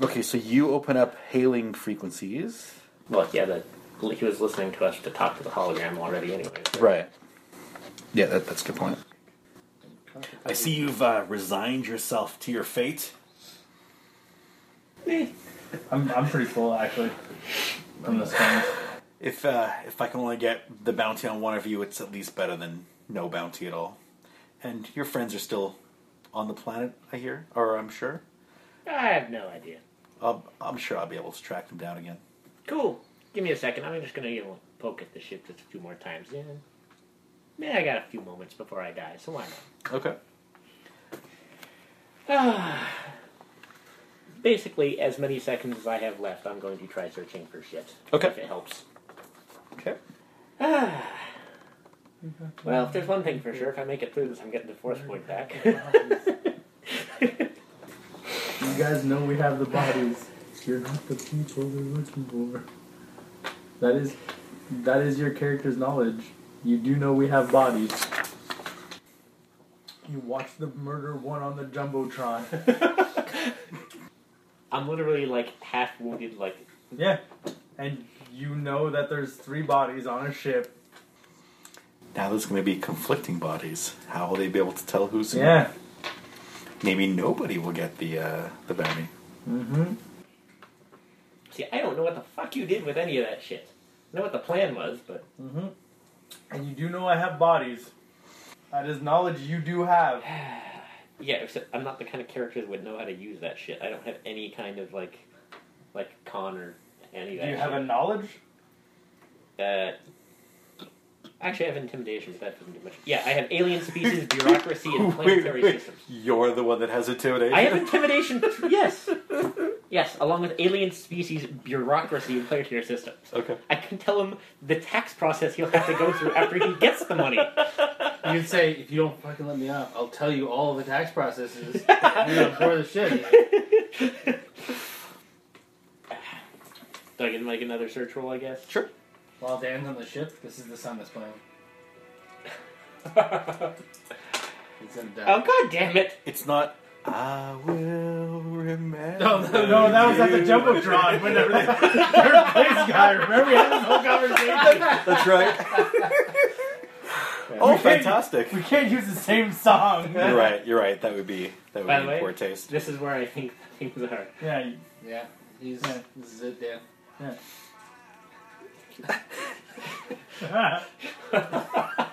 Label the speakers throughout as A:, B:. A: Okay, so you open up hailing frequencies.
B: Well, yeah, that he was listening to us to talk to the hologram already, anyway.
A: Right. Yeah, that, that's a good point.
C: I see you've uh, resigned yourself to your fate.
D: I'm, I'm pretty full actually from this game.
C: If uh, if I can only get the bounty on one of you, it's at least better than no bounty at all. And your friends are still on the planet, I hear, or I'm sure.
B: I have no idea.
C: I'll, I'm sure I'll be able to track them down again.
B: Cool. Give me a second. I'm just gonna you know, poke at the ship just a few more times. Yeah. Man, I got a few moments before I die, so why not?
C: Okay.
B: Basically, as many seconds as I have left, I'm going to try searching for shit.
C: Okay.
B: If it helps.
C: Okay.
B: Well, if there's one thing for sure, if I make it through this, I'm getting the force point back.
D: You guys know we have the bodies. You're not the people they're looking for. That is, that is your character's knowledge. You do know we have bodies. You watched the murder one on the jumbotron.
B: I'm literally like half wounded, like
D: yeah, and you know that there's three bodies on a ship.
C: Now there's going to be conflicting bodies. How will they be able to tell who's? who?
D: Yeah.
C: Maybe nobody will get the uh, the bounty.
D: Mm-hmm.
B: See, I don't know what the fuck you did with any of that shit. I know what the plan was, but
D: Mm-hmm. And you do know I have bodies. That is knowledge you do have.
B: yeah, except I'm not the kind of character that would know how to use that shit. I don't have any kind of like, like con or any of
D: Do
B: that.
D: you have a
B: shit.
D: knowledge?
B: Uh, actually, I have intimidation, but that doesn't do much. Yeah, I have alien species, bureaucracy, and planetary systems.
C: You're the one that has eh? intimidation.
B: I have intimidation. yes, yes, along with alien species, bureaucracy, and planetary systems.
C: Okay.
B: I can tell him the tax process he'll have to go through after he gets the money.
E: You can say, if you don't fucking let me off, I'll tell you all the tax processes. I'm gonna pour the shit.
B: Do I get like another search roll? I guess.
C: Sure.
E: While Dan's on the ship, this is the song that's playing.
C: Oh,
E: He's gonna die.
B: Oh god damn it!
C: It's not. I will remember.
E: No, no,
D: No, that was at the jumbotron. Whenever they, third place guy, remember we had
B: Oh,
D: this whole conversation.
C: That's right. oh, fantastic!
D: We can't use the same song.
C: You're right. You're right. That would be that would
B: By
C: be
B: the
C: in
B: way-
C: poor taste.
B: This is where I think things are.
D: Yeah, you-
E: Yeah, he's.
D: Yeah.
E: This is it, Dan.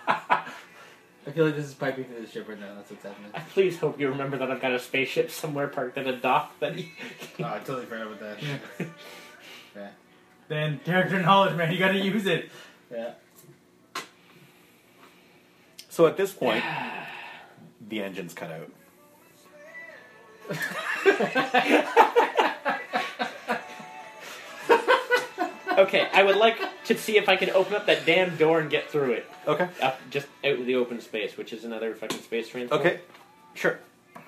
E: I feel like this is piping through the ship right now. That's what's happening.
B: I please hope you remember that I've got a spaceship somewhere parked at a dock that he...
E: Oh, I totally forgot about that. Yeah.
D: then character knowledge, man, you gotta use it.
E: Yeah.
C: So at this point, the engine's cut out.
B: Okay, I would like to see if I can open up that damn door and get through it.
C: Okay.
B: Up, just out in the open space, which is another fucking space transport.
C: Okay. Sure.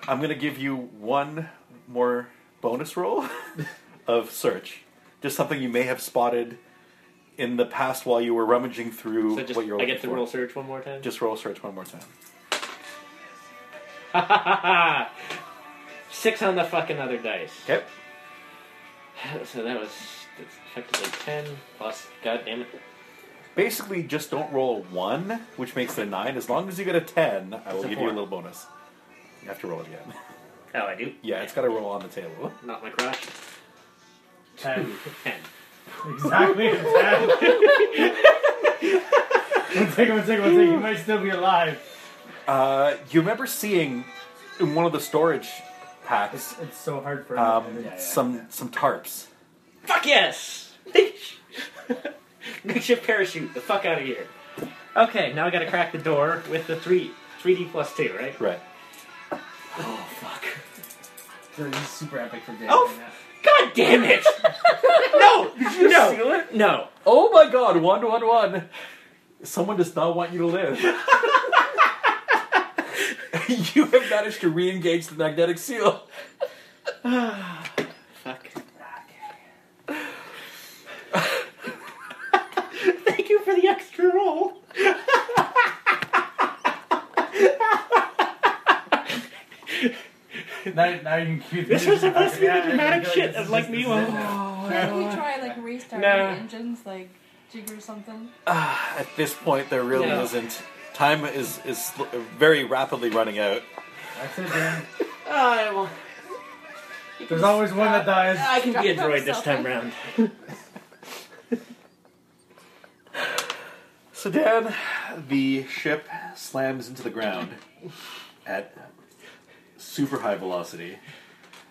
C: I'm gonna give you one more bonus roll of search. Just something you may have spotted in the past while you were rummaging through
B: So just,
C: what you're
B: I
C: looking
B: get to
C: for.
B: roll search one more time?
C: Just roll search one more time.
B: Six on the fucking other dice.
C: Okay.
B: So that was that's effectively ten plus, god damn it.
C: Basically, just don't roll a one, which makes it a nine. As long as you get a ten, I will
B: a
C: give you
B: four.
C: a little bonus. You have to roll it again.
B: Oh, I do?
C: Yeah, it's got to roll on the table.
B: Not my crotch.
D: Ten.
B: Ten.
D: Exactly. Ten. one second, one second, one second. You might still be alive.
C: Uh, you remember seeing in one of the storage packs
D: It's so hard for me.
C: um, some some tarps.
B: Fuck yes! Makeshift parachute, the fuck out of here. Okay, now I gotta crack the door with the three, 3D plus two, right?
C: Right.
D: Oh fuck. This is super epic for Dave.
B: Oh,
D: right now.
B: God damn it! no, no, no.
C: Oh my god, one, one, one. Someone does not want you to live. you have managed to re engage the magnetic seal.
B: Fuck. Thank you for the extra roll.
D: Now, now you can cue
B: This was supposed to be the
D: Yeah,
B: dramatic
D: yeah,
B: shit
D: this
B: of
D: is
B: like
D: just-
B: me.
D: this is
B: Well,
D: it now.
F: Can't
B: uh,
F: we try like restarting
B: No.
F: the engines, like jig or something?
C: At this point, there really
B: No.
C: isn't. Time is, is sl- very rapidly running out.
D: That's it, Dan.
B: Ah, I will-
D: There's always one that dies.
B: I can be a
F: Drop
B: droid this
F: something.
B: time round.
C: So, Dan, the ship slams into the ground at super high velocity.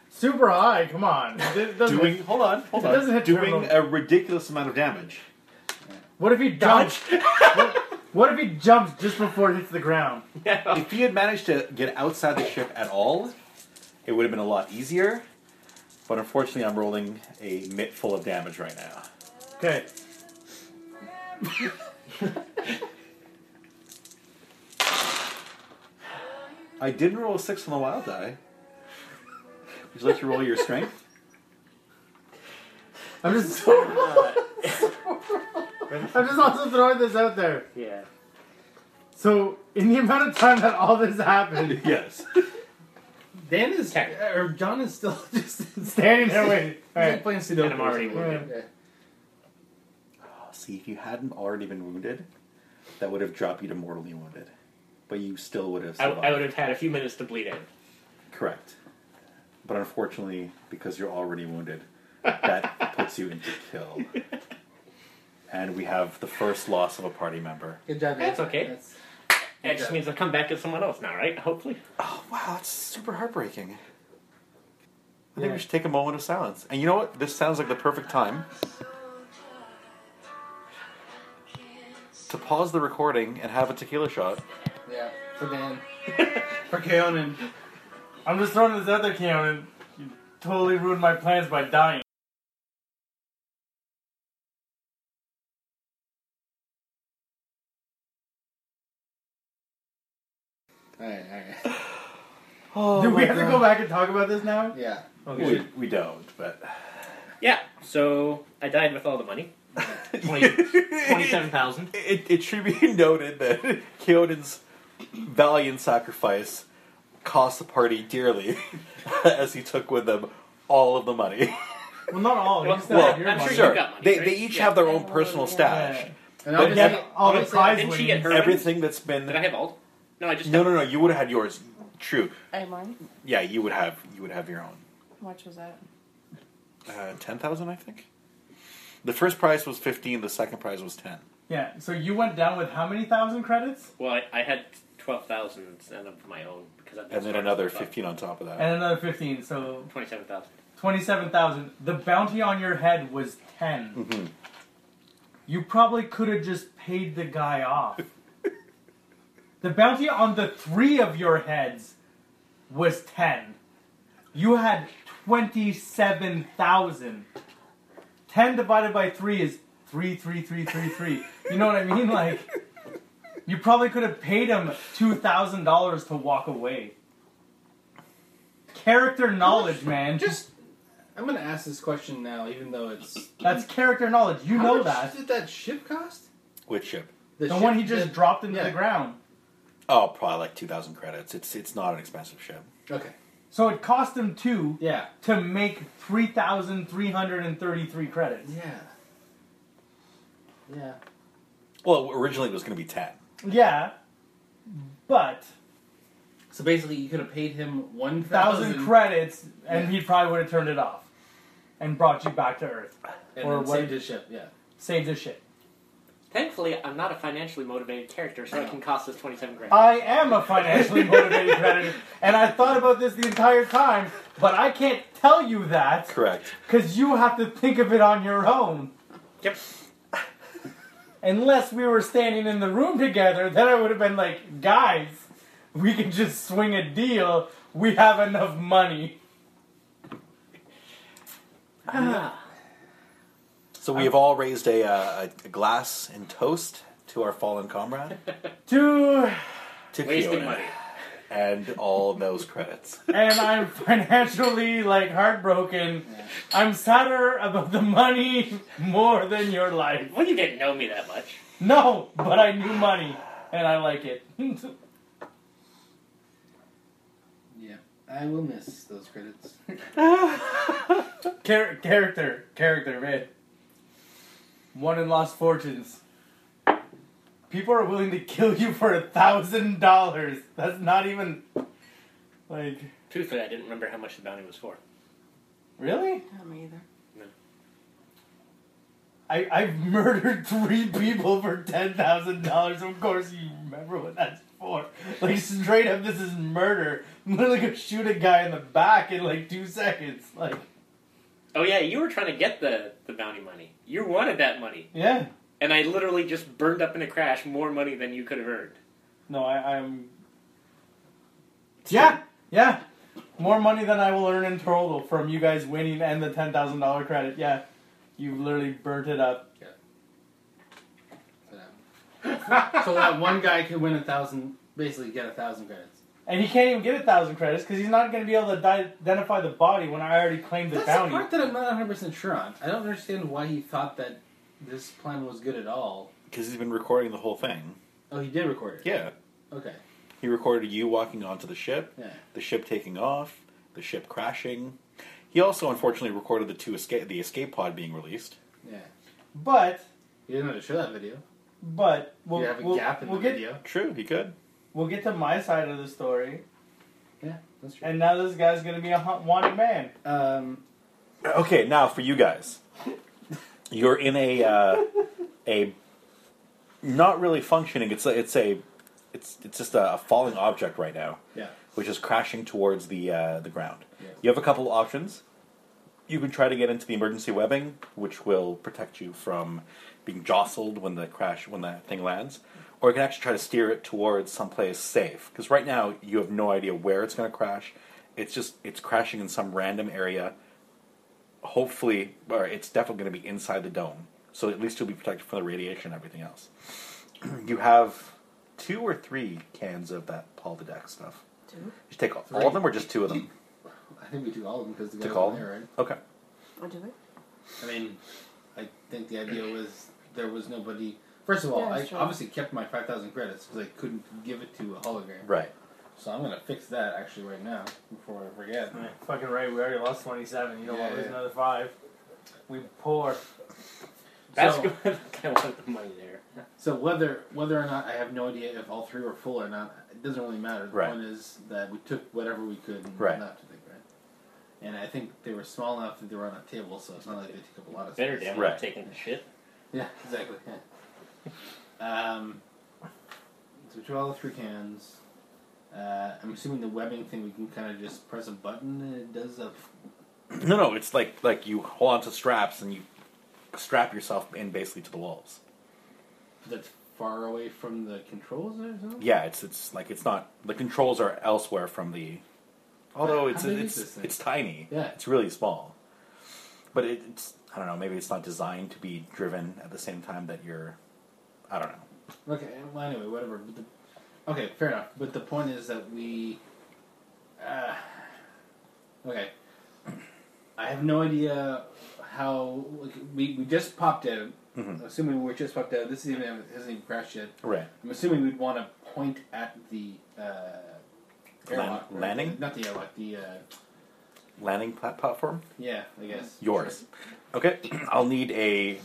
D: Super high. Come on. It doesn't-
C: Doing, hold on, hold
D: It
C: on.
D: doesn't hit
C: doing
D: turbo.
C: a ridiculous amount of damage.
D: What if he jumps? what, what if he jumps just before it hits the ground?
C: If he had managed to get outside the ship at all, it would have been a lot easier. But unfortunately, I'm rolling a mitt full of damage right now.
D: Okay.
C: I didn't roll a six on the wild die. Would you like to roll your strength?
D: I'm just. I'm just also throwing this out there.
B: Yeah.
D: So, in the amount of time that all this happened,
C: yes.
D: Dan is
B: Okay.
D: or John is still just standing there waiting. All right, playing Sudoku.
B: And I'm already wounded.
D: Yeah.
C: See, if you hadn't already been wounded, that would have dropped you to mortally wounded. But you still would have
B: I,
C: survived.
B: I would have had a few minutes to bleed out.
C: Correct. But unfortunately, because you're already wounded, that puts you into kill. And we have the first loss of a party member.
D: Good job. Dan.
B: That's okay.
D: That's-
B: That just means I'll come back to someone else now, right? Hopefully.
C: Oh, wow, that's super heartbreaking. I think
D: Yeah.
C: we should take a moment of silence. And you know what? This sounds like the perfect time to pause the recording and have a tequila shot.
D: Yeah, for Dan. for Keonan. I'm just throwing this out there, Keonan. You totally ruined my plans by dying.
E: Alright, alright.
C: Oh,
D: Do we have to go back and talk about this now?
E: Yeah.
C: We, we don't, but.
B: Yeah. So I died with all the money. 27,000.
C: It, it should be noted that Keonan's valiant sacrifice cost the party dearly as he took with him all of the money.
D: Well, not all.
B: Well,
D: you still
C: Well,
D: have your
B: I'm
D: money.
B: sure
C: sure,
B: you've got money,
C: they,
B: right?
C: they each
B: Yeah.
C: have their own personal
D: Yeah.
C: stash. But
E: And obviously,
C: never-
D: all the
E: obviously,
D: prize
B: Didn't she
D: winnings.
B: get hurt?
C: Everything that's been
B: Did I have all? No, I just.
C: No,
B: had-
C: no, no. You would have had yours. True.
F: I have mine.
C: Yeah, you would have. You would have your own.
F: How much was that?
C: Uh, ten thousand, I think. The first prize was fifteen. The second prize was ten.
D: Yeah. So you went down with how many thousand credits?
B: Well, I, I had 12,000 and of my own because I've been
C: And then
B: starving
C: another
B: for about
C: fifteen on top of that.
D: And another fifteen. So
B: 27,000.
D: twenty-seven thousand. The bounty on your head was 10 You probably could have just paid the guy off. the bounty on the three of your heads was ten. You had twenty-seven thousand. Ten divided by three is three, three, three, three, three. You know what I mean? Like, you probably could have paid him two thousand dollars to walk away. Character knowledge, man.
E: Just, I'm gonna ask this question now, even though it's.
D: That's character knowledge. You
E: How
D: know
E: much
D: that.
E: Did that ship cost?
C: Which ship?
E: The,
D: The
E: ship
D: one he just
E: that-
D: dropped into
E: yeah.
D: the ground.
C: Oh, probably like two thousand credits. It's it's not an expensive ship.
E: Okay.
D: So it cost him two
E: Yeah.
D: to make 3,333 credits.
E: Yeah. Yeah.
C: Well, originally it was going to be ten.
D: Yeah, but
E: So basically, you could have paid him one
D: 1,000 credits, and he probably would have turned it off and brought you back to Earth.
E: and
D: or
E: then
D: what-
E: saved his ship. Yeah.
D: Saved his shit.
B: Thankfully, I'm not a financially motivated character, so it can cost us 27 grand.
D: I am a financially motivated creditor, and I thought about this the entire time, but I can't tell you that
C: Correct.
D: because you have to think of it on your own.
B: yep.
D: unless we were standing in the room together, then I would have been like, guys, we can just swing a deal. We have enough money. Ah.
C: So we have all raised a, uh, a glass and toast to our fallen comrade,
D: Dude,
C: to
B: Wasting
C: Fiona,
B: money.
C: and all those credits.
D: and I'm financially like heartbroken. I'm sadder about the money more than your life.
B: Well, you didn't know me that much.
D: No, but I knew money, and I like it.
E: Yeah, I will miss those credits.
D: Char- character, character, man. One in Lost Fortunes. People are willing to kill you for a thousand dollars. That's not even like
B: Truthfully, I didn't remember how much the bounty was for.
D: really.
F: Not me either.
D: I I've murdered three people for ten thousand dollars. Of course, you remember what that's for. Like straight up, this is murder. I'm literally gonna shoot a guy in the back in like two seconds. Like
B: Oh yeah, you were trying to get the the bounty money. You wanted that money,
D: yeah.
B: and I literally just burned up in a crash more money than you could have earned.
D: No, I, I'm. Yeah, yeah. More money than I will earn in total from you guys winning and the ten thousand dollar credit. Yeah, you literally burnt it up.
E: So that- so that one guy could win a thousand, basically get a thousand credits.
D: And he can't even get a thousand credits because he's not going to be able to di- identify the body when I already claimed the
E: That's the
D: bounty.
E: part that I'm not 100 percent sure on. I don't understand why he thought that this plan was good at all.
C: Because he's been recording the whole thing.
E: Oh, he did record it.
C: Yeah.
E: Okay.
C: He recorded you walking onto the ship,
E: Yeah.
C: the ship taking off, the ship crashing. He also, unfortunately, recorded the two escape the escape pod being released.
E: Yeah.
D: But,
E: You didn't know to show that video.
D: but we'll
E: you have a
D: we'll,
E: gap in
D: we'll
E: the
D: get
E: video.
C: True, he could.
D: we'll get to my side of the story,
E: Yeah, that's true.
D: and now this guy's going to be a hu- wanted man.
E: um,
C: Okay, now for you guys, you're in a uh, a not really functioning. It's a, it's a it's it's just a, a falling object right now,
E: yeah.
C: which is crashing towards the uh, the ground.
E: Yeah.
C: You have a couple options. You can try to get into the emergency webbing, which will protect you from being jostled when the crash when that thing lands, or you can actually try to steer it towards someplace safe. Because right now you have no idea where it's going to crash. It's just it's crashing in some random area. Hopefully, or it's definitely going to be inside the dome, so at least you'll be protected from the radiation and everything else. you have two or three cans of that Polydec stuff.
F: Two?
C: You take all, all of them, or just two of them?
E: I think we do all of them because the
C: to
E: guys
C: call
E: were
C: them.
E: there, right?
C: Okay.
F: Or do it?
E: I mean, I think the idea was there was nobody. First of all,
F: Yeah,
E: I
F: that's true.
E: obviously kept my 5,000 credits because I couldn't give it to a hologram.
C: Right.
E: So I'm going to fix that actually right now before I forget.
D: Fucking right, we already lost twenty seven. You
E: don't wanna lose
D: another five. We poor.
B: That's
E: So-
B: good. I wanted the money there.
E: So whether whether or not I have no idea if all three were full or not, it doesn't really matter. The
C: Right.
E: point is that we took whatever we could and
C: Right.
E: left. I think right. And I think they were small enough that they were on a table, so it's not like they took up a lot of
B: Better
E: space.
B: damn
C: Right.
B: right. taking the shit.
E: Yeah, exactly. yeah. um, so we took all the three cans. Uh, I'm assuming the webbing thing we can kind of just press a button and it does a.
C: No, no, it's like like you hold onto straps and you strap yourself in basically to the walls.
E: That's far away from the controls or something.
C: Yeah, it's it's like it's not the controls are elsewhere from the. Although it's
E: How big is
C: it's
E: this
C: it's,
E: thing?
C: tiny.
E: Yeah.
C: it's really small. But it, it's I don't know. Maybe it's not designed to be driven at the same time that you're. I don't know.
E: Okay. Well, anyway, whatever. But the, okay, fair enough. But the point is that we. Uh, okay. I have no idea how like, we we just popped out.
C: Mhm.
E: Assuming we just popped out, this is even hasn't even crashed yet.
C: Right.
E: I'm assuming we'd want to point at the uh, airlock, right?
C: landing?
E: Not the airlock. The uh,
C: Landing plat- platform.
E: yeah, I guess
C: Yours. Okay. I'll need a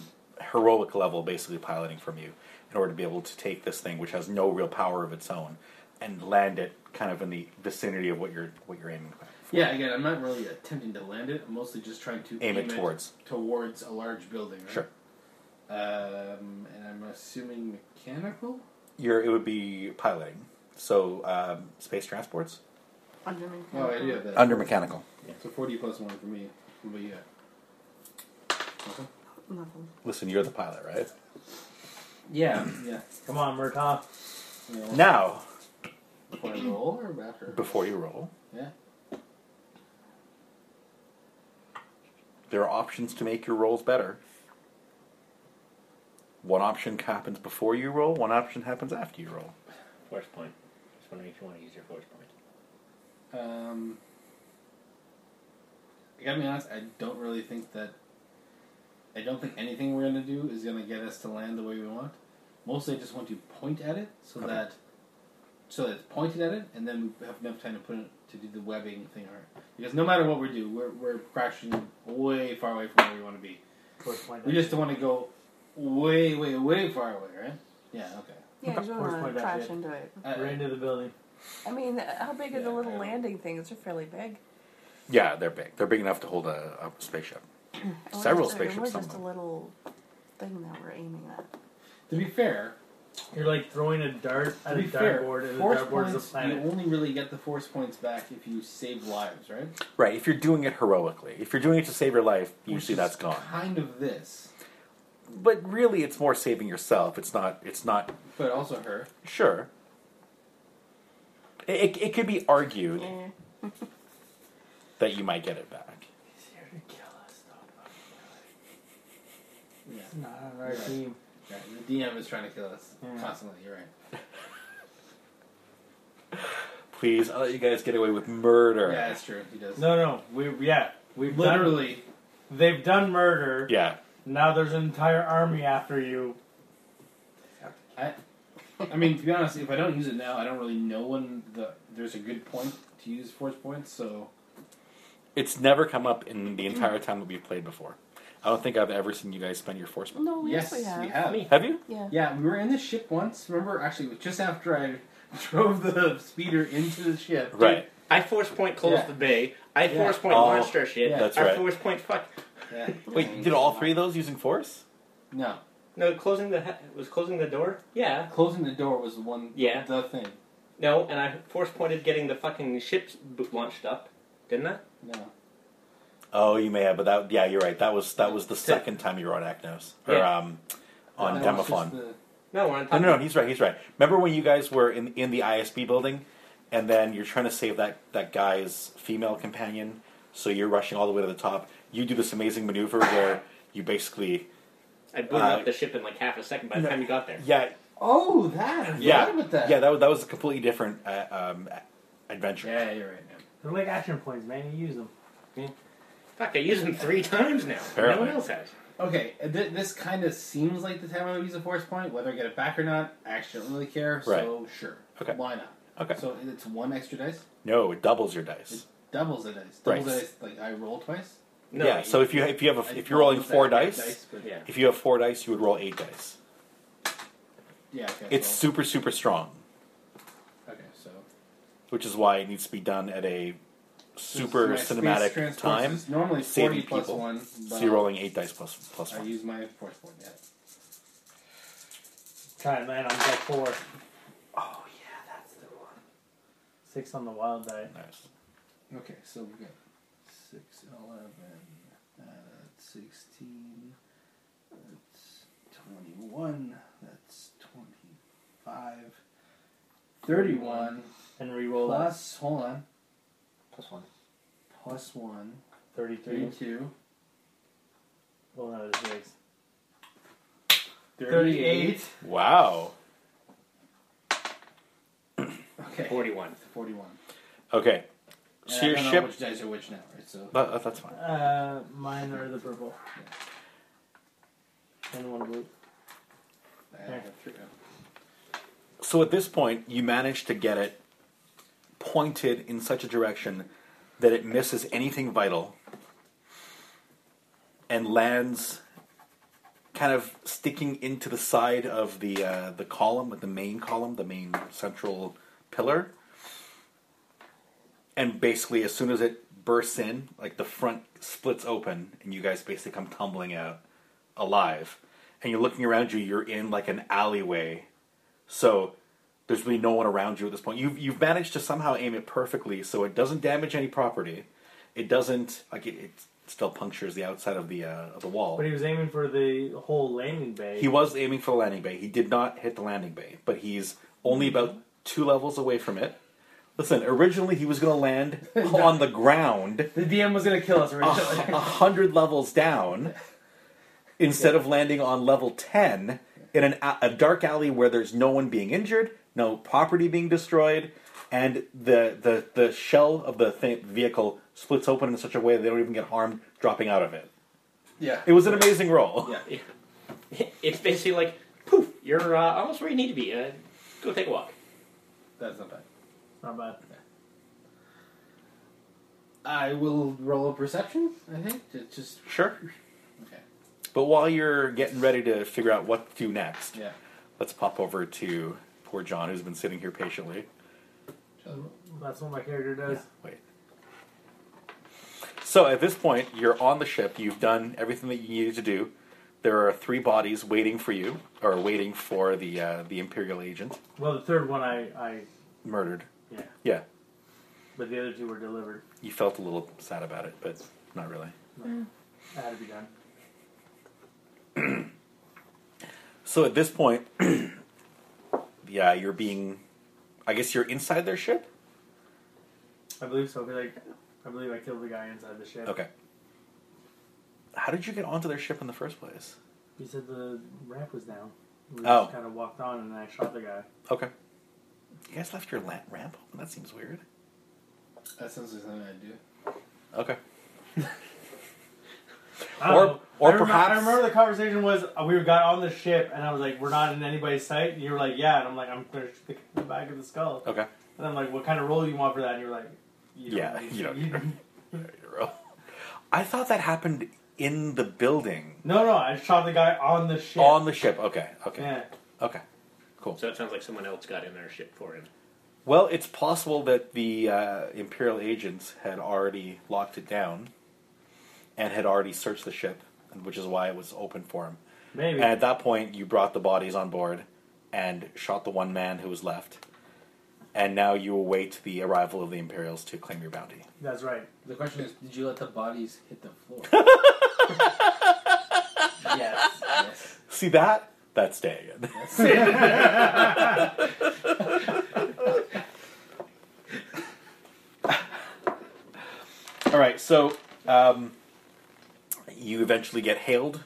C: heroic level basically piloting from you in order to be able to take this thing which has no real power of its own and land it kind of in the vicinity of what you're what you're aiming for.
E: Sure. Yeah, again, I'm not really attempting to land it. I'm mostly just trying to
C: Aim it towards.
E: towards a large building. Right?
C: Sure.
E: Um, and I'm assuming mechanical.
C: Your it would be piloting. So um, space transports
F: Under me.
E: Oh, I do have that.
C: under mechanical.
E: So 40 plus one for me. But yeah.
F: Nothing.
C: Listen, you're the pilot, right?
E: Yeah, yeah.
D: Come on, Murtaugh.
E: yeah.
C: Now,
E: Before I roll or after?
C: before you roll,
E: Yeah.
C: there are options to make your rolls better. One option happens before you roll, one option happens after you roll.
B: Force point. Just wondering if you want to use your force point.
E: Um, I gotta be honest. I don't really think that. I don't think anything we're gonna do is gonna get us to land the way we want. Mostly, I just want to point at it so
C: Okay.
E: that, so that it's pointed at it, and then we have enough time to put it to do the webbing thing. Or because no matter what we do, we're we're crashing way far away from where we want to be.
D: Force point.
E: We just don't want to go way, way, way far away, right? Yeah. Okay. Uh,
F: Yeah, you don't
D: Force
F: want
D: point
F: to
D: back
F: crash
D: in.
F: into it.
E: I-
D: right into the building.
F: I mean, uh, how big are
E: Yeah,
F: the little
E: I-
F: landing things? They're fairly big.
C: Yeah, they're big. They're big enough to hold a, a spaceship.
E: Oh,
F: And we're
C: Several
F: just- and
C: spaceships
F: We're just a
C: somewhere.
F: little thing that we're aiming at.
E: to be fair,
D: You're like throwing a dart
E: to
D: at a
E: be fair,
D: dartboard, and the
E: force
D: dartboard is a
E: points. You
D: planet.
E: only really get the force points back if you save lives, right?
C: Right, if you're doing it heroically. If you're doing it to save your life, usually that's gone.
E: Kind of this,
C: But really it's more saving yourself. It's not it's not
E: but also her.
C: sure. It, it, it could be argued
F: Yeah.
C: that you might get it back.
D: He's here to kill us, though.
E: Yeah.
D: Not on our team.
E: yeah, The DM is trying to kill us
D: Yeah.
E: constantly. You're right.
C: Please, I'll let you guys get away with murder.
E: Yeah, that's true. He does.
D: No, no. We yeah. We've done,
E: Literally,
D: they've done murder.
C: Yeah.
D: Now there's an entire army after you.
E: I. I mean, to be honest, if I don't use it now, I don't really know when the there's a good point to use force points. So
C: It's never come up in the entire time that we've played before. I don't think I've ever seen you guys spend your force.
F: No,
E: yes,
F: Oh, yes, we have.
E: Me.
C: Have you?
F: Yeah.
E: Yeah, we were in this ship once. Remember, actually, it was just after I drove the speeder into the ship.
C: Right.
B: I force point closed
E: Yeah.
B: the bay. I
E: Yeah.
B: force point
C: Oh,
B: launched our ship.
E: yeah.
C: That's
B: I
C: right.
B: force point fuck.
E: Yeah.
C: Wait, you did all three of those using force?
E: No,
B: No, closing the ha- was closing the door. Yeah.
E: closing the door was the one.
B: Yeah.
E: The thing.
B: No, and I force pointed getting the fucking ships bo- launched up, didn't I?
E: No.
C: Oh, you may have, but that yeah, you're right. That was that was the second time you were on Acnos or
B: Yeah.
C: um, on
E: That was just
C: Demophon.
E: the-
B: No, we're on
C: No,
B: top.
C: no,
B: of-
C: no, he's right. He's right. Remember when you guys were in in the ISB building, and then you're trying to save that that guy's female companion, so you're rushing all the way to the top. You do this amazing maneuver where you basically
B: I blew
C: Uh,
B: up the ship in like half a second by the
C: no.
B: time you got there.
C: yeah
E: Oh, that. I forgot
C: yeah
E: About that.
C: yeah that was, that was a completely different uh, um, adventure.
E: Yeah, you're right. Man.
D: They're like action points, man. You use them.
B: Fuck, I used them three times now. No
C: Apparently.
B: one else has.
E: Okay, th- this kind of seems like the time I would use a force point. Whether I get it back or not, I actually don't really care. So sure,
C: Okay.
E: why not?
C: Okay.
E: So it's one extra dice,
C: No, it doubles your dice.
E: doubles the dice, doubles the
C: Right.
E: dice. Like I roll twice.
B: No,
C: yeah. So if you if you have
E: I
C: a, if you're
E: roll
C: rolling
E: those
C: four
E: extra
C: dice,
E: but yeah,
B: yeah.
C: if you have four dice, you would roll eight dice.
E: yeah. Okay,
C: It's
E: so,
C: super super strong,
E: okay. So
C: which is why it needs to be done at a super
E: My space
C: cinematic
E: transports
C: time.
E: is Normally forty
C: saving
E: plus
C: people.
E: one.
C: So
E: but
C: you're rolling eight dice plus plus
E: I
C: one.
E: use my force point. Yeah.
D: Try and land on deck four.
E: Oh yeah, that's the one.
D: Six on the wild die.
C: Nice.
E: Okay, so we got 6, 11, uh, that's 16, that's 21, that's 25, 31,
D: And re-roll that.
E: plus, hold on,
D: Plus one.
E: plus 1,
D: 33.
E: 32,
D: Well, no, it's six.
E: 38,
C: Wow.
E: okay,
B: Forty-one.
E: 41.
C: Okay.
E: And
C: So your
E: I don't know
C: ship.
E: which dice are which now, right? So,
C: That, that- that's fine.
D: Uh, mine are the purple. And one blue.
E: I have three. oh.
C: So at this point, you manage to get it pointed in such a direction that it misses anything vital and lands kind of sticking into the side of the uh, the column, the main column, the main central pillar. And basically, as soon as it bursts in, like the front splits open, and you guys basically come tumbling out alive. And you're looking around you, you're in like an alleyway. So there's really no one around you at this point. You've, you've managed to somehow aim it perfectly so it doesn't damage any property. It doesn't, like, it, it still punctures the outside of the uh, of the wall.
D: But he was aiming for the whole landing bay.
C: He was aiming for the landing bay. He did not hit the landing bay, but he's only about two levels away from it. Listen, originally he was going to land on the ground
D: the DM was gonna kill us originally.
C: a hundred levels down instead of landing on level 10 in an, a a dark alley where there's no one being injured, no property being destroyed, and the, the, the shell of the thing, vehicle splits open in such a way that they don't even get harmed dropping out of it.
E: Yeah.
C: It was an amazing roll.
E: Yeah.
B: It's basically like, poof, you're uh, almost where you need to be. Uh, go take a walk.
E: That's not bad.
D: Not bad.
E: I will roll a perception, I think. To just.
C: Sure.
E: Okay.
C: But while you're getting ready to figure out what to do next,
E: Yeah.
C: let's pop over to poor John, who's been sitting here patiently.
D: That's what my character does.
C: Wait. So at this point, you're on the ship. You've done everything that you needed to do. There are three bodies waiting for you, or waiting for the uh, the Imperial agent
D: Well, the third one I, I,
C: murdered.
D: yeah,
C: Yeah,
D: but the other two were delivered.
C: you felt a little sad about it, but not really.
D: That had to be done.
C: So at this point, yeah, you're being. I guess you're inside their ship.
D: I believe so. 'cause I, I believe I killed the guy inside the ship.
C: Okay. How did you get onto their ship in the first place?
D: He said the ramp was down. We
C: Oh.
D: just kind of walked on, and I shot the guy.
C: Okay. You guys left your la- ramp open. That seems weird.
E: That sounds like something I'd do.
C: Okay.
D: I
C: Or-
D: don't know.
C: or
D: I remember,
C: perhaps-
D: I remember the conversation was uh, we got on the ship, and I was like, "We're not in anybody's sight," and you were like, "Yeah," and I'm like, "I'm gonna shoot the guy in the back of the skull,"
C: Okay.
D: and I'm like, "What kind of role do you want for that?" And you're like, you don't
C: Yeah,
D: need
C: you
D: to-
C: don't- I thought that happened in the building
D: no, no, I shot the guy on the ship.
C: on the ship. Okay. Okay.
D: yeah.
C: Okay.
B: So it sounds like someone else got in their ship for him.
C: Well, it's possible that the uh, imperial agents had already locked it down and had already searched the ship, and which is why it was open for him.
D: Maybe.
C: And at that point, you brought the bodies on board and shot the one man who was left. And now you await the arrival of the Imperials to claim your bounty.
D: That's right.
E: The question is did you let the bodies hit the floor?
D: Yes.
E: yes.
C: See that? That's staying in. All right, so um, you eventually get hailed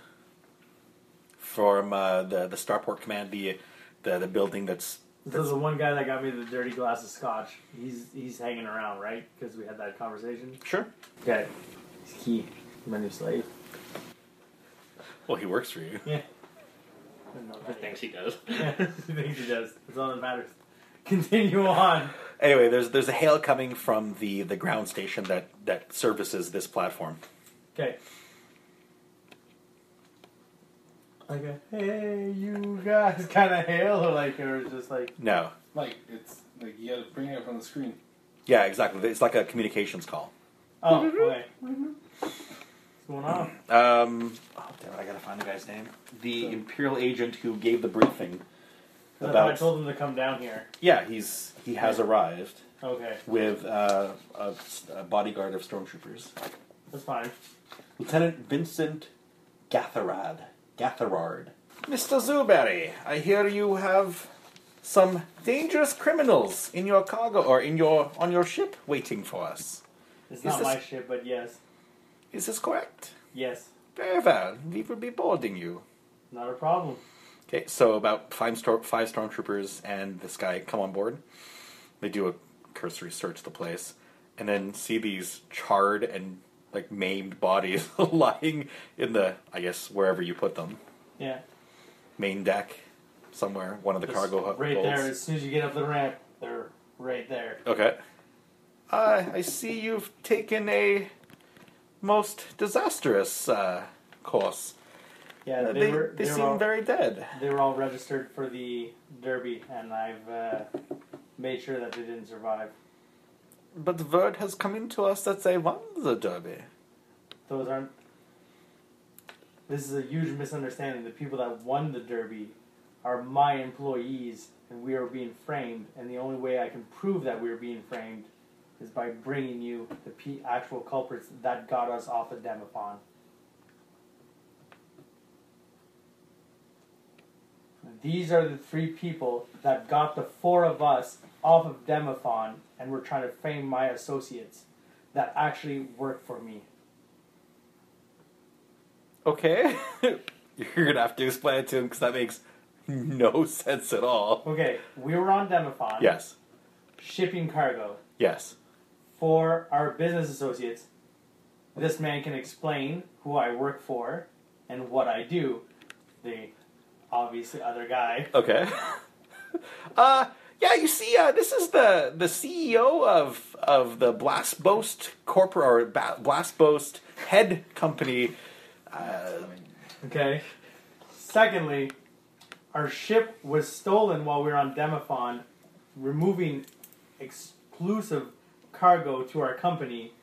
C: from uh, the the starport command, the the, the building that's
D: This is the one guy that got me the dirty glass of scotch. He's he's hanging around, right? Because we had that conversation.
C: sure.
D: Okay. He's key. My new slave.
C: Well, he works for you.
D: I didn't know
B: I
D: that yet.
B: think she does.
D: Yeah, he thinks he does. That's all that matters. Continue on.
C: Anyway, there's there's a hail coming from the the ground station that that services this platform.
D: Okay. Like a hey, you guys, kind of hail, or like, or just like,
C: No,
E: Like, it's. Like, you gotta bring it up on the screen.
C: yeah, exactly. It's like a communications call.
D: oh, okay. What's going on?
C: Um, oh, damn it, I gotta find the guy's name. The Imperial agent who gave the briefing
D: I
C: about.
D: told him to come down here.
C: yeah, he's he has arrived
D: Okay,
C: with uh, a, a bodyguard of stormtroopers,
D: that's fine.
C: Lieutenant Vincent Gatherad. Gatherard. Mr. Zuberry, I hear you have some dangerous criminals in your cargo or in your on your ship waiting for us.
D: It's
C: Is
D: not
C: this-
D: my ship, but yes,
C: Is this correct?
D: yes,
C: Very well. We will be boarding you.
D: not a problem.
C: Okay, so about five, stor- five stormtroopers and this guy come on board. They do a cursory search of the place, and then see these charred and like maimed bodies lying in the, I guess, wherever you put them,
D: Yeah,
C: main deck, somewhere, one of the
D: Just
C: cargo
D: right
C: holds.
D: there. As soon as you get up the ramp, they're right there.
C: Okay. Uh, I see you've taken a most disastrous uh, course.
D: Yeah,
C: Uh,
D: they,
C: they
D: were.
C: they
D: were
C: seem
D: all-
C: very dead.
D: They were all registered for the Derby, and I've uh, made sure that they didn't survive.
C: But word has come in to us that they won the derby.
D: Those aren't. This is a huge misunderstanding. The people that won the Derby are my employees, and we are being framed. And the only way I can prove that we are being framed is by bringing you the pe- actual culprits that got us off of Demopon. These are the three people that got the four of us off of Demophon and were trying to frame my associates that actually work for me.
C: Okay. You're gonna have to explain it to him because that makes no sense at all.
D: Okay, we were on Demophon
C: Yes.
D: shipping cargo.
C: Yes.
D: for our business associates, this man can explain who I work for and what I do. The obviously other guy.
C: Okay. uh, yeah, you see, uh, this is the the CEO of of the Blast Boast corporate or ba- Blast Boast head company. Uh,
D: Okay. Secondly, our ship was stolen while we were on Demophon, removing exclusive cargo to our company.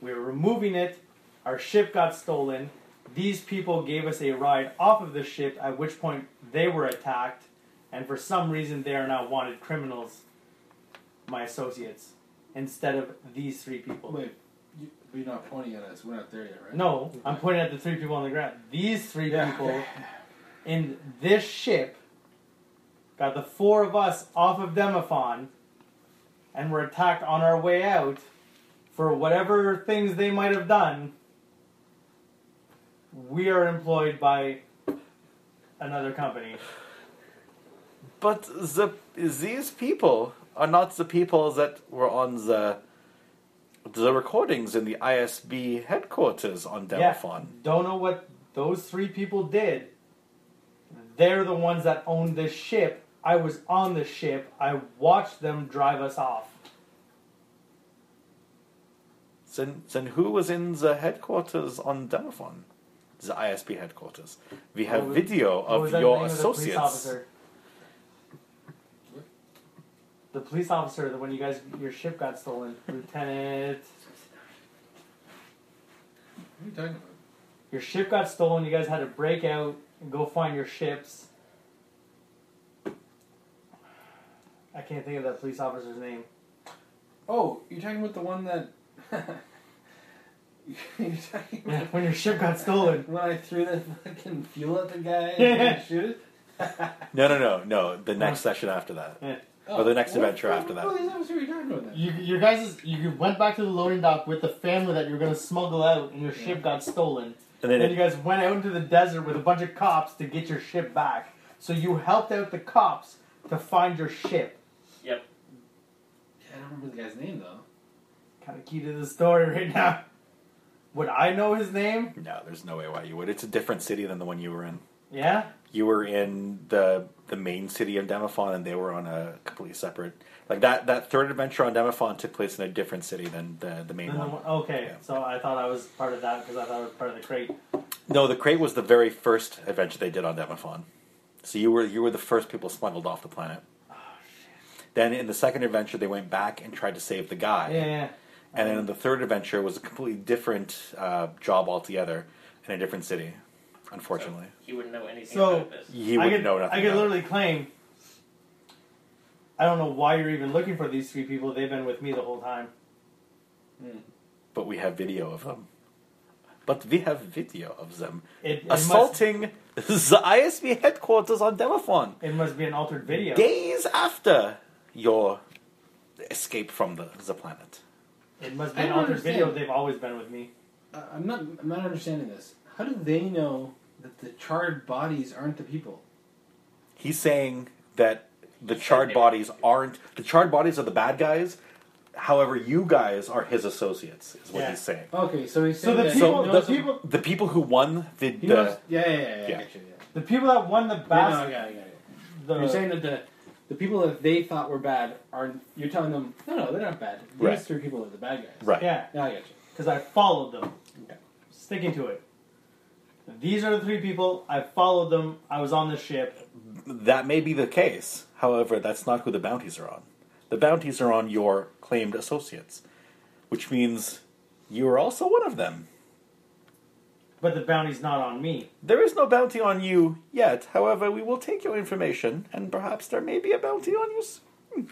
D: We were removing it. Our ship got stolen. These people gave us a ride off of the ship, at which point they were attacked, and for some reason they are now wanted criminals, my associates, instead of these three people.
E: Oh, Wait, you, you're not pointing at us. We're not there yet, right?
D: No, I'm pointing at the three people on the ground. These three
E: Yeah.
D: people in this ship got the four of us off of Demophon and were attacked on our way out for whatever things they might have done. We are employed by another company.
C: but the these people are not the people that were on the the recordings in the ISB headquarters on Delphon.
D: Don't know what those three people did. They're the ones that owned this ship. I was on the ship. I watched them drive us off.
C: Then, then who was in the headquarters on Delphon? The ISB headquarters. We have
D: was-
C: video
D: What was
C: of
D: that
C: your
D: name of The police,
C: associates.
D: officer? the police officer, the when you guys your ship got stolen, Lieutenant.
E: What are you talking about?
D: Your ship got stolen. You guys had to break out and go find your ships. I can't think of that police officer's name.
E: Oh, you're talking about the one that. you're talking
D: Yeah,
E: about
D: when your ship got stolen.
E: when I threw the fucking fuel at the guy and
D: Yeah.
E: didn't shoot it.
C: No, no, no, no. The next
D: Oh.
C: session after that. Or the
E: Oh,
C: next adventure after that.
E: Police officer, you're talking about that.
D: You, your guys, you went back to the loading dock with the family that you were going to smuggle out, and your ship got stolen.
C: And then
D: And then you
C: it,
D: guys went out into the desert with a bunch of cops to get your ship back. So you helped out the cops to find your ship.
B: Yep.
E: I don't remember the guy's name though.
D: Kind of key to the story right now. Would I know his name?
C: no, there's no way why you would. It's a different city than the one you were in.
D: Yeah?
C: You were in the the main city of Demophon, and they were on a completely separate. Like that that third adventure on Demophon took place in a different city than the the main
D: Then the
C: one.
D: one- okay,
C: Yeah.
D: so I thought I was part of that because I thought I was part of the crate.
C: No, the crate was the very first adventure they did on Demophon. So you were you were the first people smuggled off the planet.
D: Oh,
C: Then in the second adventure, they went back and tried to save the guy.
D: Yeah, yeah.
C: And
D: Mm-hmm.
C: then in the third adventure was a completely different uh, job altogether in a different city. Unfortunately,
B: He wouldn't know anything
D: So-
B: about this.
C: he wouldn't
D: I could,
C: know nothing.
D: I could
C: about it.
D: literally claim. I don't know why you're even looking for these three people. They've been with me the whole time.
C: but we have video of them. But we have video of them
D: It, it, must,
C: assaulting the ISB headquarters on Demophon
D: it must be an altered video.
C: days after your escape from the, the planet.
D: It must be
E: I
D: an
E: don't
D: altered video.
E: understand.
D: They've always been with me.
E: Uh, I'm not. I'm not understanding this. How do they know that the charred bodies aren't the people?
C: He's saying that the charred bodies aren't the charred bodies are the bad guys. However, you guys are his associates, is what
D: Yeah.
C: he's saying.
E: Okay, so he's
D: So
E: saying
D: the
E: that
D: people-
E: he
C: so
E: knows
C: the people, the people who won the,
E: He
C: the-
E: knows, yeah, yeah, yeah, yeah.
C: Yeah.
E: I Actually, yeah.
D: The people that won the
E: yeah no, I
D: basket,
E: got it, I got it.
D: the,
E: You're saying that the the people that they thought were bad are you're telling them no no they're not bad. These
C: Right.
E: three people are the bad guys.
C: right.
D: yeah,
E: Now I got you.
D: because I followed them,
E: Okay.
D: sticking to it. These are the three people. I followed them. I was on the ship.
C: That may be the case. However, that's not who the bounties are on. The bounties are on your claimed associates, which means you are also one of them.
D: But the bounty's not on me.
C: There is no bounty on you yet. However, we will take your information, and perhaps there may be a bounty on you soon.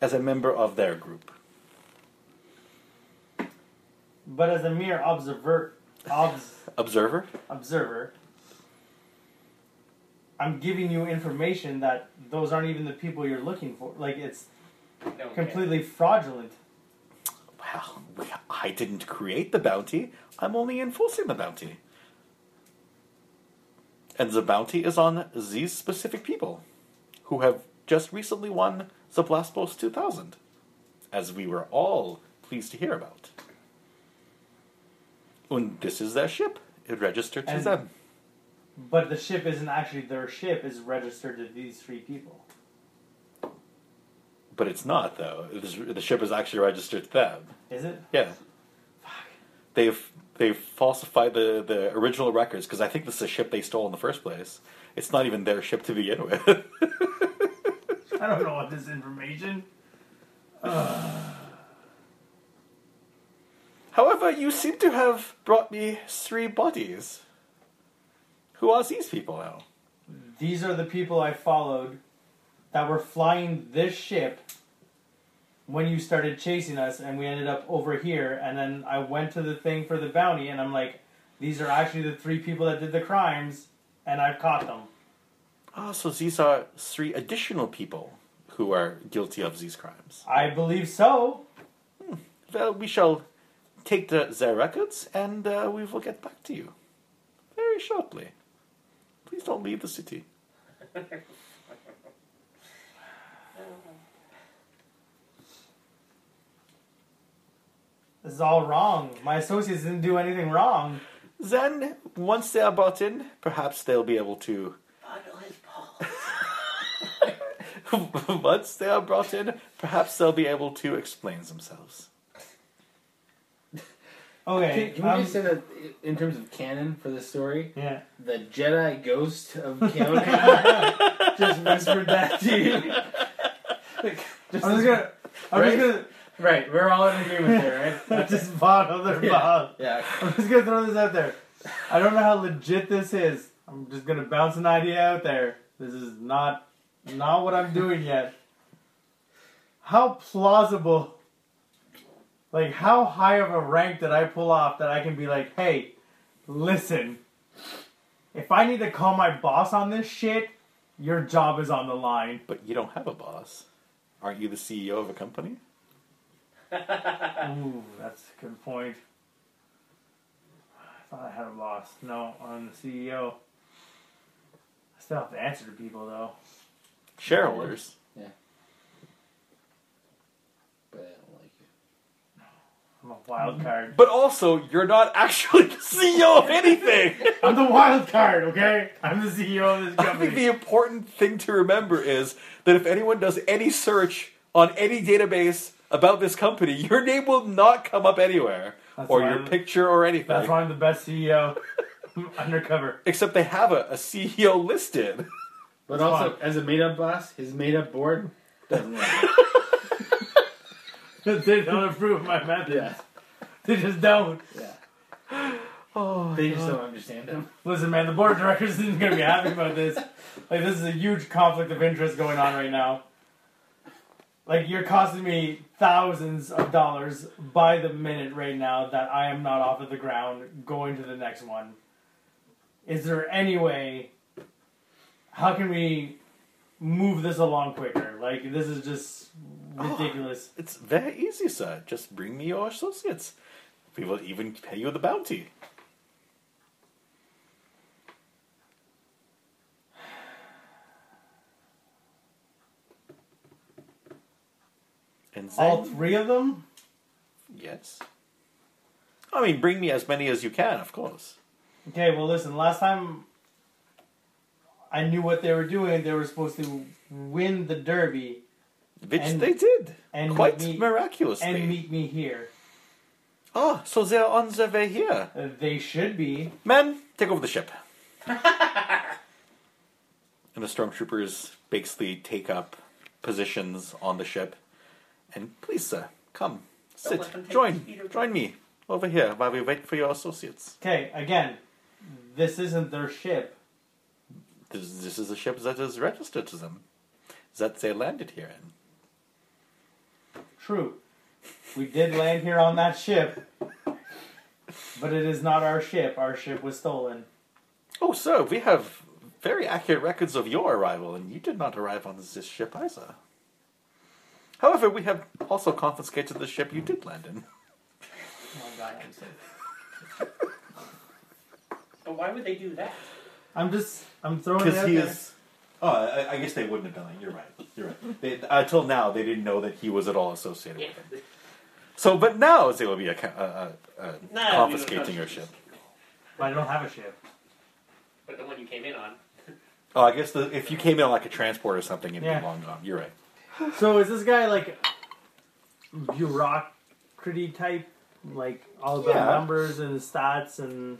C: as a member of their group.
D: But as a mere observer, obs,
C: Observer?
D: observer, I'm giving you information that those aren't even the people you're looking for. Like it's
B: Okay.
D: completely fraudulent.
C: Well, I didn't create the bounty. I'm only enforcing the bounty. And the bounty is on these specific people who have just recently won the Blast Post 2000, as we were all pleased to hear about. And this is their ship. It registered to
D: And-
C: them.
D: But the ship isn't actually their ship; is registered to these three people.
C: But it's not, though. It is- The ship is actually registered to them.
D: Is it?
C: Yeah. They've they've falsified the, the original records because I think this is a ship they stole in the first place. It's not even their ship to begin with.
D: I don't know what this information.
C: However, you seem to have brought me three bodies. Who are these people now?
D: These are the people I followed that were flying this ship when you started chasing us, and we ended up over here. And then I went to the thing for the bounty, and I'm like, these are actually the three people that did the crimes, and I've caught them.
C: Ah, so these are three additional people who are guilty of these crimes.
D: I believe so.
C: Well, we shall take the, their records and uh, we will get back to you very shortly. Please don't leave the city.
D: This is all wrong. My associates didn't do anything wrong.
C: Then, once they are bought in, perhaps they'll be able to.
B: Bundle his paw.
C: once they are brought in, perhaps they'll be able to explain themselves.
D: Okay.
E: Can, can we
D: um,
E: just say that i- in terms of canon for this story,
D: yeah.
E: the Jedi ghost of Keanu just whispered that to you? Like, just-
D: I'm just gonna. I'm just
E: Right, we're all in agreement there,
D: gonna
E: right?
D: just bottle their
E: Yeah.
D: mouth.
E: yeah.
D: I'm just gonna throw this out there. I don't know how legit this is. I'm just gonna bounce an idea out there. This is not not what I'm doing yet. How plausible like how high of a rank did I pull off that I can be like, hey, listen. If I need to call my boss on this shit, your job is on the line.
C: But you don't have a boss. Aren't you the CEO of a company?
D: Ooh, that's a good point. I thought I had a boss. No, I'm the CEO. I still have to answer to people though.
C: Shareholders.
E: But I don't like you.
D: I'm a wild card.
C: But also, you're not actually the CEO of anything!
D: I'm the wild card, okay? I'm the CEO of this
C: I think the
D: company.
C: E important thing to remember is that if anyone does any search on any database about this company, your name will not come up anywhere,
D: That's
C: or
D: why
C: your
D: I'm-
C: picture or anything.
D: That's why I'm the best CEO. I'm undercover.
C: Except they have a, a CEO listed.
E: But
D: That's
E: also,
D: fine.
E: as a made up boss, his made up board doesn't like you.
D: they don't approve my methods.
E: Yeah.
D: They just don't.
E: Yeah.
C: Oh,
E: They just don't understand him.
D: Listen, man, the board of directors isn't gonna be happy about this. Like, this is a huge conflict of interest going on right now. Like, you're costing me thousands of dollars by the minute right now that I am not off of the ground going to the next one. Is there any way? How can we move this along quicker? Like, this is just Oh, ridiculous.
C: It's very easy, sir. Just bring me your associates. We will even pay you the bounty. And then,
D: All three of them?
C: yes. I mean, bring me as many as you can, of course.
D: Okay, well, listen, last time I knew what they were doing, they were supposed to win the Derby
C: Which
D: And-
C: they did.
D: and
C: Quite
D: meet me-
C: miraculously.
D: and meet me here.
C: Ah, so they're on their way here.
D: Uh, They should be.
C: Men, take over the ship. and the stormtroopers basically take up positions on the ship. And please, sir, come, sit,
B: let them take the
C: join,
B: speeder.
C: join me over here while we wait for your associates.
D: Okay, again, this isn't their ship.
C: This, this is a ship that is registered to them, that they landed here in.
D: true. We did land here on that ship, but it is not our ship. Our ship was stolen.
C: Oh, sir, we have very accurate records of your arrival, and you did not arrive on this ship either. However, we have also confiscated the ship you did land in.
B: But why would they do that?
D: I'm just I'm throwing it
C: Because
D: out
C: he
D: there.
C: is. Oh, I, I guess they wouldn't have done it. You're right. You're right. They, until now, they didn't know that he was at all associated
B: Yeah.
C: with it. So, but now they will be acco- uh, uh, uh,
B: Nah, we don't
C: confiscating
B: touch
C: your
B: this.
C: ship.
D: But I don't have a ship.
B: But the one you came in on.
C: Oh, I guess the, if you came in on like a transport or something, it'd
D: Yeah.
C: be long gone. You're right.
D: So is this guy like bureaucracy type, like all about
C: Yeah.
D: numbers and stats and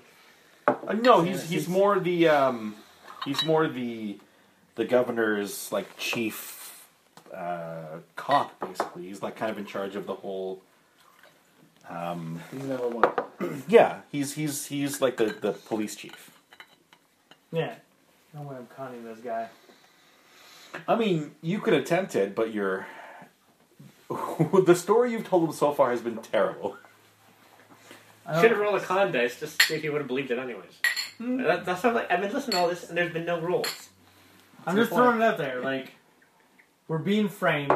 C: Uh, no, he's he's more the um, he's more the the governor's like chief uh, cop basically. He's like kind of in charge of the whole.
E: He's number one.
C: Yeah, he's he's he's like the the police chief.
D: yeah. No way I'm conning this guy.
C: I mean, you could attempt it, but you're the story you've told him so far has been terrible.
D: I
B: Should have
D: don't, Hmm.
B: rolled a con dice just to see if you would have believed it, anyways. That, that sounds like I've been listening to all this and there's been no rules.
D: I'm just throwing it out there. Like we're being framed.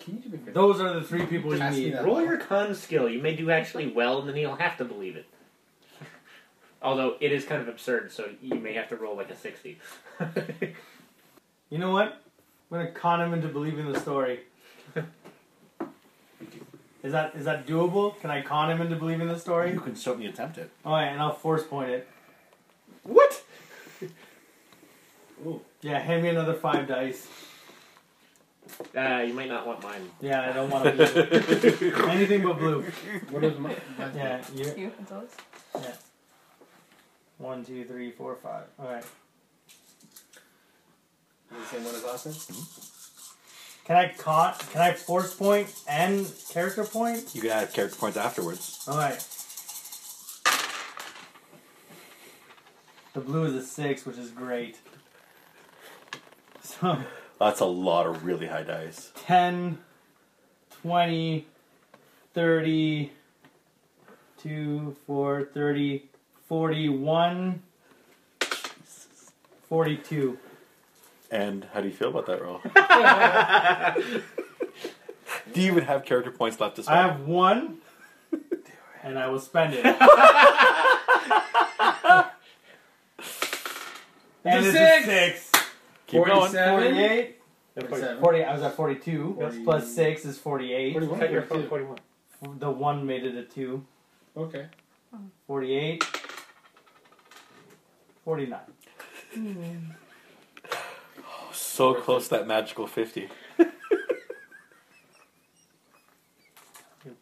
E: Can you do me a favor?
D: Those are the three people you
E: Ask me
D: need.
E: that.
B: Roll your con skill. You may do actually well, and then you'll have to believe it. Although it is kind of absurd, so you may have to roll like a sixty. Uh,
D: You know what? I'm gonna con him into believing the story. is that is that doable? Can I con him into believing the story?
C: You can certainly attempt it.
D: All right, and I'll force point it.
C: What?
D: Yeah, hand me another five dice.
B: uh, you might not want mine.
D: Yeah, I don't want to do anything but blue.
E: What is my? my
D: Yeah,
F: It's
D: you.
F: you, it's always.
D: Yeah. One, two, three, four, five. All right.
E: The same one as last time.
D: Can I con? Can I force point and character point?
C: You can add character points afterwards.
D: All right. The blue is a six, which is great. So.
C: That's a lot of really high dice.
D: 10, 20, 30, 2, 4, 30, 41, 42.
C: And how do you feel about that roll? do you even have character points left to
D: I
C: spend?
D: have one, and I will spend it. and it's a
E: Six.
D: six.
C: Keep going.
E: Forty-seven.
D: 48.
E: Forty-seven.
D: 40, I was at 42. That's
E: Forty-
D: plus 6 is 48.
E: Forty-one.
B: Cut your
E: Forty-two.
B: phone forty-one.
D: The 1 made it a 2.
E: Okay.
D: 48 49
C: So close to that magical 50.
D: you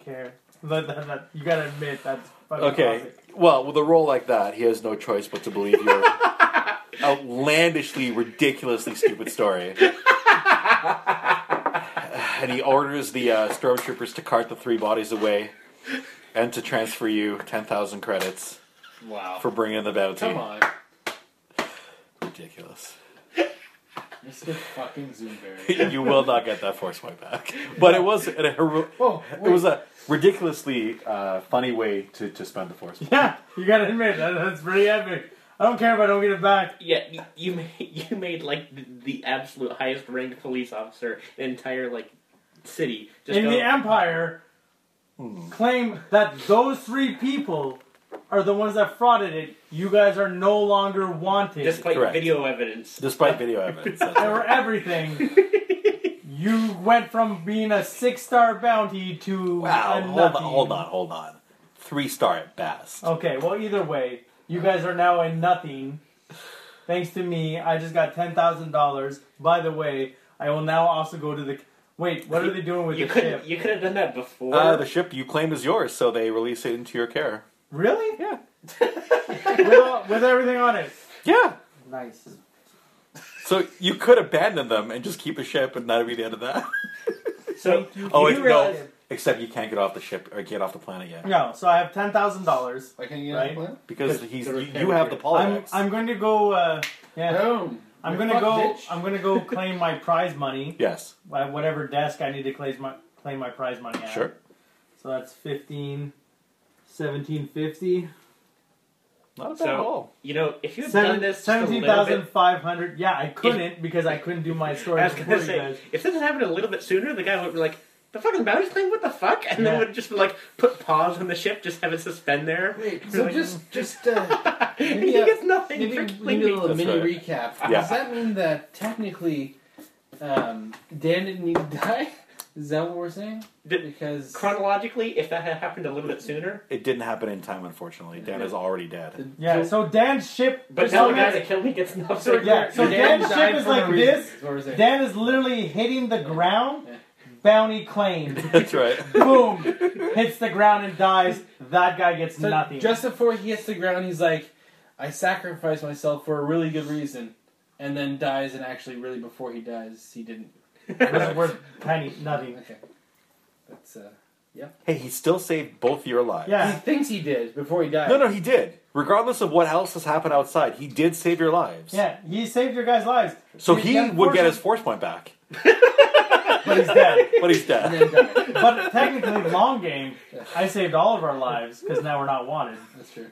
D: care but that, that, you gotta admit that's fucking
C: Okay.
D: awesome.
C: Well, with a roll like that, he has no choice but to believe your outlandishly, ridiculously stupid story. and he orders the uh, stormtroopers to cart the three bodies away and to transfer you 10,000 credits
E: Wow.
C: for bringing the bounty.
E: Come on.
C: Ridiculous.
E: Mr. Fucking Zoomberry.
C: you will not get that force point back. But it was a hero-
E: Whoa.
C: it was a ridiculously uh, funny way to, to spend the force. point.
D: yeah you gotta admit that, that's pretty epic i don't care if i don't get it back
B: Yeah, you, you made you made like the, the absolute highest ranked police officer in the entire like city. Just
D: in
B: go,
D: the empire claim that those three people are the ones that frauded it you guys are no longer wanted
B: despite
C: Correct.
B: video evidence.
C: Despite video evidence. that's
D: they were
C: right.
D: everything you went from being a six-star bounty to
C: Wow,
D: a
C: hold on,
D: nothing.
C: hold on, hold on. Three star at best.
D: Okay, well, either way, you guys are now in nothing. Thanks to me, I just got ten thousand dollars. By the way, I will now also go to the. Wait, what are they doing with
B: You
D: the
B: could
D: ship?
C: e-
B: you could have done that before.
C: Uh, the ship you claimed is yours, so they release it into your care.
D: Really?
C: Yeah.
D: with, all, with everything on it.
C: Yeah.
D: Nice.
C: So you could abandon them and just keep the ship, and that'd be the end of that.
B: so
C: Oh,
D: You
C: wait, no.
D: realize-
C: Except you can't get off the ship or get off the planet yet.
D: No, so I have ten thousand dollars.
E: Why can't you get
D: Right.
E: a plan?
C: Because
B: The-
C: he's
B: the
C: you,
B: repair
C: you have the
D: I'm
C: politics.
D: I'm going to go. Uh, yeah.
E: Boom.
D: I'm
E: You
D: gonna
E: fuck
D: go.
E: bitch.
D: I'm gonna go claim my prize money
C: yes.
D: at whatever desk I need to claim my claim my prize money at.
C: Sure.
D: So that's 15, 1750.
C: Not bad
B: So-
C: at all.
B: You know, if you had done
D: Seven,
B: this just a little bit-
D: 17,500. Yeah, I couldn't because I couldn't do my story
B: I was
D: before
B: gonna
D: you
B: say,
D: guys.
B: if this had happened a little bit sooner, the guy would be like, "The fucking bounty claim, what the fuck?" And then
D: Yeah.
B: would just like put pause on the ship, just have it suspend there.
E: Wait, so just just uh,
B: and
E: maybe
B: he
E: a-
B: gets nothing.
E: maybe,
B: for
E: maybe
B: killing
E: a
B: me.
E: little
C: That's
E: mini
C: right.
E: recap.
C: Yeah.
E: Does that mean that technically um, Dan didn't need to die? Is that what we're saying?
B: Did-
E: Because
B: chronologically, if that had happened a little bit sooner,
C: It didn't happen in time, unfortunately. Dan is already dead.
E: the-
D: Yeah, so Dan's ship.
B: but
D: so
B: now the guy
D: that's-
B: that killed me gets nothing.
D: So, yeah, so
E: Dan
D: Dan's
E: died
D: ship is
E: for no
D: like
E: reason,
D: this.
E: is what we're saying.
D: Dan is literally hitting the ground.
E: Yeah.
D: Bounty claimed.
C: That's right.
D: Boom! Hits the ground and dies. That guy gets
E: So
D: nothing.
E: Just before he hits the ground, he's like, "I sacrificed myself for a really good reason," and then dies. And actually, really, before he dies, he didn't.
D: It's worth penny, nothing.
E: Okay, that's. Uh,
C: Hey, he still saved both your lives.
D: Yeah.
E: He thinks he did before he died.
C: No, no, he did. Regardless of what else has happened outside, he did save your lives.
D: Yeah, he saved your guys' lives,
C: So
D: He's
C: he
D: dead
C: would get
D: fortune.
C: his force point back,
D: but he's dead.
C: but he's
E: And
C: dead.
E: then died.
D: but technically, long game, I saved all of our lives because now we're not wanted.
E: That's true.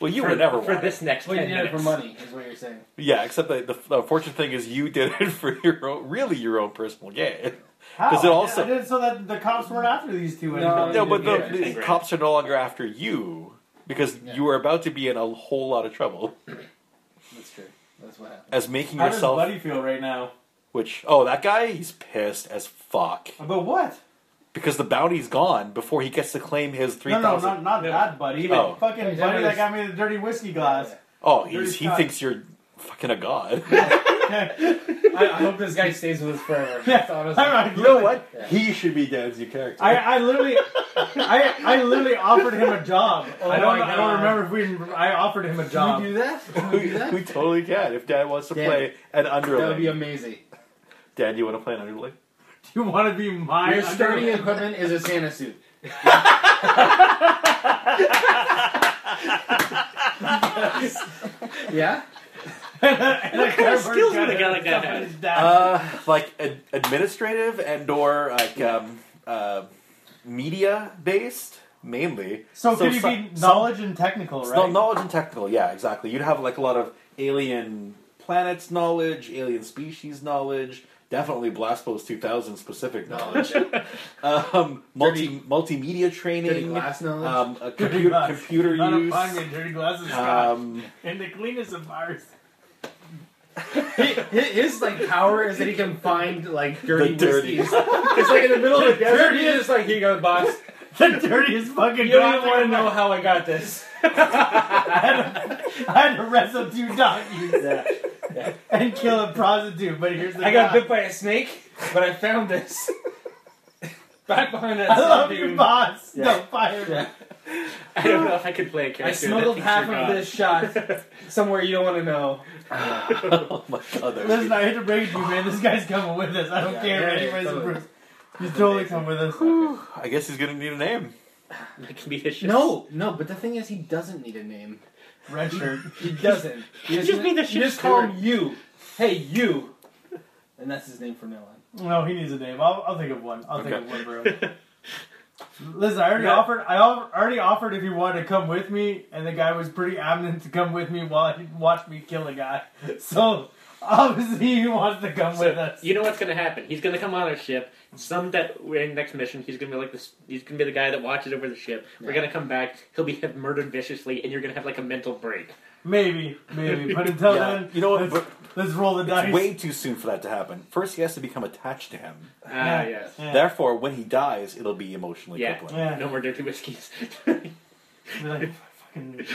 C: Well, you
B: for,
C: were never
B: for
C: one.
B: this next
E: Well, you
B: ten
E: did it
B: minutes.
E: for money, is what you're saying.
C: Yeah, except that the, the fortune thing is you did it for your own, really your own personal gain.
D: How?
C: 'Cause it also-
D: I did it so that the cops weren't after these two.
E: No,
D: anymore.
C: No, but the,
E: Yeah,
C: the
B: right.
C: cops are no longer after you because
E: Yeah.
C: you were about to be in a whole lot of trouble
E: That's true. That's what happened.
C: as making
D: How does
C: yourself.
D: Buddy feel right now?
C: Which oh, that guy he's pissed as fuck
D: About what?
C: because the bounty's gone before he gets to claim his three
D: No, no,
C: thousand.
D: not, not that Buddy.
C: Oh.
D: Fucking
E: Yeah,
D: Buddy
E: there's-
D: that got me the dirty whiskey glass.
C: Oh,
D: Dirty
C: he's, he
D: Scott.
C: thinks you're fucking a god.
E: I, I hope this guy stays with us forever.
D: Yeah.
E: That's honestly-
D: All right,
C: you know what?
E: Yeah.
C: He should be dead as your character.
D: I, I literally, I, I literally offered him a job.
E: Oh
D: I don't,
E: my
D: I don't
E: God.
D: remember if we. I offered him a
E: Can
D: job.
E: we do that? Can we
C: we,
E: do that?
C: we totally can if Dad wants to
E: Dan.
C: play an
E: that would
C: underling.
E: be amazing.
C: Dad, you want to play an underling?
D: You want to be my
E: Your starting
D: underling?
E: equipment is a Santa suit. yeah?
D: And I
B: kind of
D: covered
B: skills would a
D: gun
B: guy like that
D: stuff in
B: have?
D: his dad.
C: Uh, like ad- administrative and or like um, uh, media based mainly.
D: so, could you
C: some-
D: be knowledge and technical,
C: some-
D: right?
C: no- knowledge and technical? Yeah, exactly. You'd have like a lot of alien planets knowledge, alien species knowledge. Definitely Blastpost 2000 specific knowledge. um, multi multimedia
E: Dirty
C: training,
E: glass knowledge?
C: um, a
D: Dirty
C: compu-
D: glass.
C: computer
D: Not
C: use.
D: upon your dirty glasses, Scott.
C: Um,
D: and the cleanest of ours.
E: He- his, his, like power is that he can find like dirty
C: The dirty.
E: whiskeys. it's like in the middle of the desert. He's just like, here you go, boss.
D: The dirtiest fucking
E: You don't even
D: glass
E: want to
D: I've
E: know
D: ever-
E: how I got this.
D: I had, to, I had to wrestle two donkeys and kill a prostitute, but here's the
E: I got
D: guy.
E: bit by a snake, but I found this. Back behind that
D: I love
E: sand
D: you,
E: dune.
D: boss.
E: Yeah.
D: No, fire me.
E: Yeah.
B: I don't know if I could play a character.
E: I smuggled
B: that
E: half
B: thinks
E: of
B: you're
E: this shot somewhere you don't want to know.
C: oh my god, that would
D: Listen, I hate to break it to you, man. This guy's coming with us. I don't
E: Yeah,
D: care
E: yeah,
D: if
E: yeah,
D: anybody's
E: totally.
D: approved. He's totally coming with us.
C: be- I guess he's gonna need a name.
B: God. That could be his shit.
E: No, no, but the thing is, he doesn't need a name.
D: Red shirt.
E: He doesn't. He
B: Just
E: doesn't-
B: be the
E: You
B: ship
E: just call him you. Hey, you. And that's his name from now on.
D: No, he needs a name. I'll, I'll think of one. I'll think of one,
C: Okay.
D: bro. Listen, I already offered. I al- already offered if he wanted to come with me, and the guy was pretty adamant to come with me while he watched me kill a guy. So obviously he wants to come with us.
B: You know what's gonna happen? He's gonna come on our ship. Some that we're in next mission, he's gonna be like this. He's gonna be the guy that watches over the ship. We're
E: Yeah.
B: gonna come back. He'll be murdered viciously, and you're gonna have like a mental break.
D: Maybe, maybe. But until
C: Yeah,
D: then,
C: you know what?
D: Let's,
C: but
D: let's roll the dice.
C: It's way too soon for that to happen. First, he has to become attached to him.
E: Uh,
B: Ah, yes.
D: Yeah.
C: Therefore, when he dies, it'll be emotionally
B: Yeah.
C: crippling.
D: yeah.
B: No more dirty whiskeys.
D: Be like, fucking-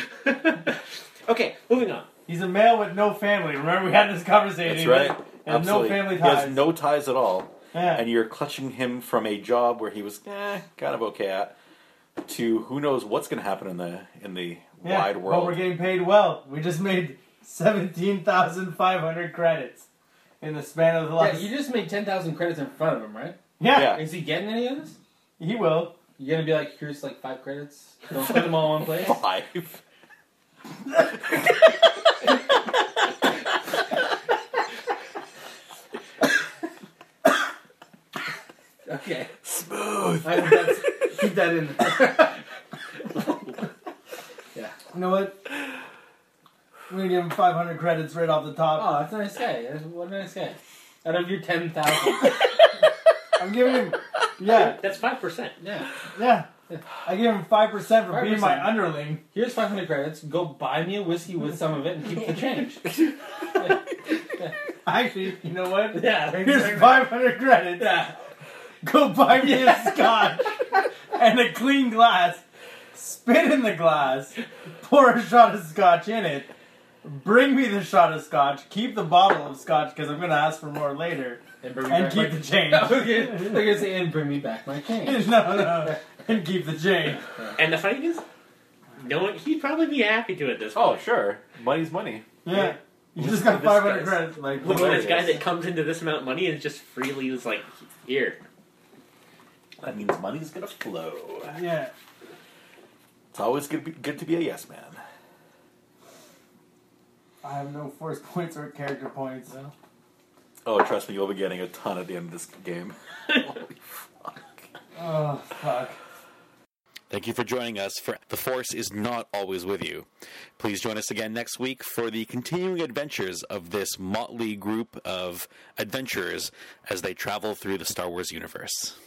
B: okay, moving on.
D: He's a male with no family. Remember, we had this conversation.
C: That's right.
D: And no
C: Absolutely.
D: family
C: He
D: ties.
C: has no ties at all,
D: Yeah.
C: and you're clutching him from a job where he was eh, kind of okay at to who knows what's going to happen in the in the
D: Yeah,
C: wide
D: But
C: world.
D: we're getting paid well. We just made seventeen thousand five hundred credits in the span of the
E: Yeah,
D: last.
E: you just made 10,000 credits in front of him, right?
D: Yeah,
C: yeah,
E: Is he getting any of this?
D: he will.
E: You gonna be like, here's like five credits? Don't put them all in one place?
C: five.
E: Okay.
C: Smooth.
E: I hope that's, keep that in. yeah.
D: You know what? We're gonna give him 500 credits right off the top.
E: Oh, that's a nice guy. That's- What a nice guy. Out of your 10,000. Oh.
D: I'm giving him, yeah,
B: That's five percent.
E: yeah.
D: yeah. I give him 5% for being
E: 5%.
D: my underling.
E: Here's 500 credits. Go buy me a whiskey with some of it and keep the change.
D: Actually, you know what?
E: Yeah.
D: Here's 500 credits.
E: Yeah.
D: Go buy me a scotch and a clean glass. Spit in the glass. Pour a shot of scotch in it. Bring me the shot of scotch. Keep the bottle of scotch because I'm going to ask for more later.
E: And bring me
D: And
E: back
D: keep
E: my...
D: the change.
E: Okay. They're going to say, and bring me back my change.
D: no, no. And keep the change.
B: And the funny is, no one. He'd probably be happy to at this.
C: Oh, sure. Money's money.
D: Yeah. You just got
C: This
D: 500
C: guy's-
D: credits. Like,
B: Look at this guy
C: hilarious.
B: that comes into this amount of money and just freely is like, here.
C: That means money's gonna flow.
D: yeah.
C: It's always good, be, good to be a yes man.
D: I have no force points or character points.
C: Oh, trust me, you'll be getting a ton at the end of this game.
D: Oh, fuck.
A: Thank you for joining us for The Force is Not Always With You. Please join us again next week for the continuing adventures of this motley group of adventurers as they travel through the Star Wars universe.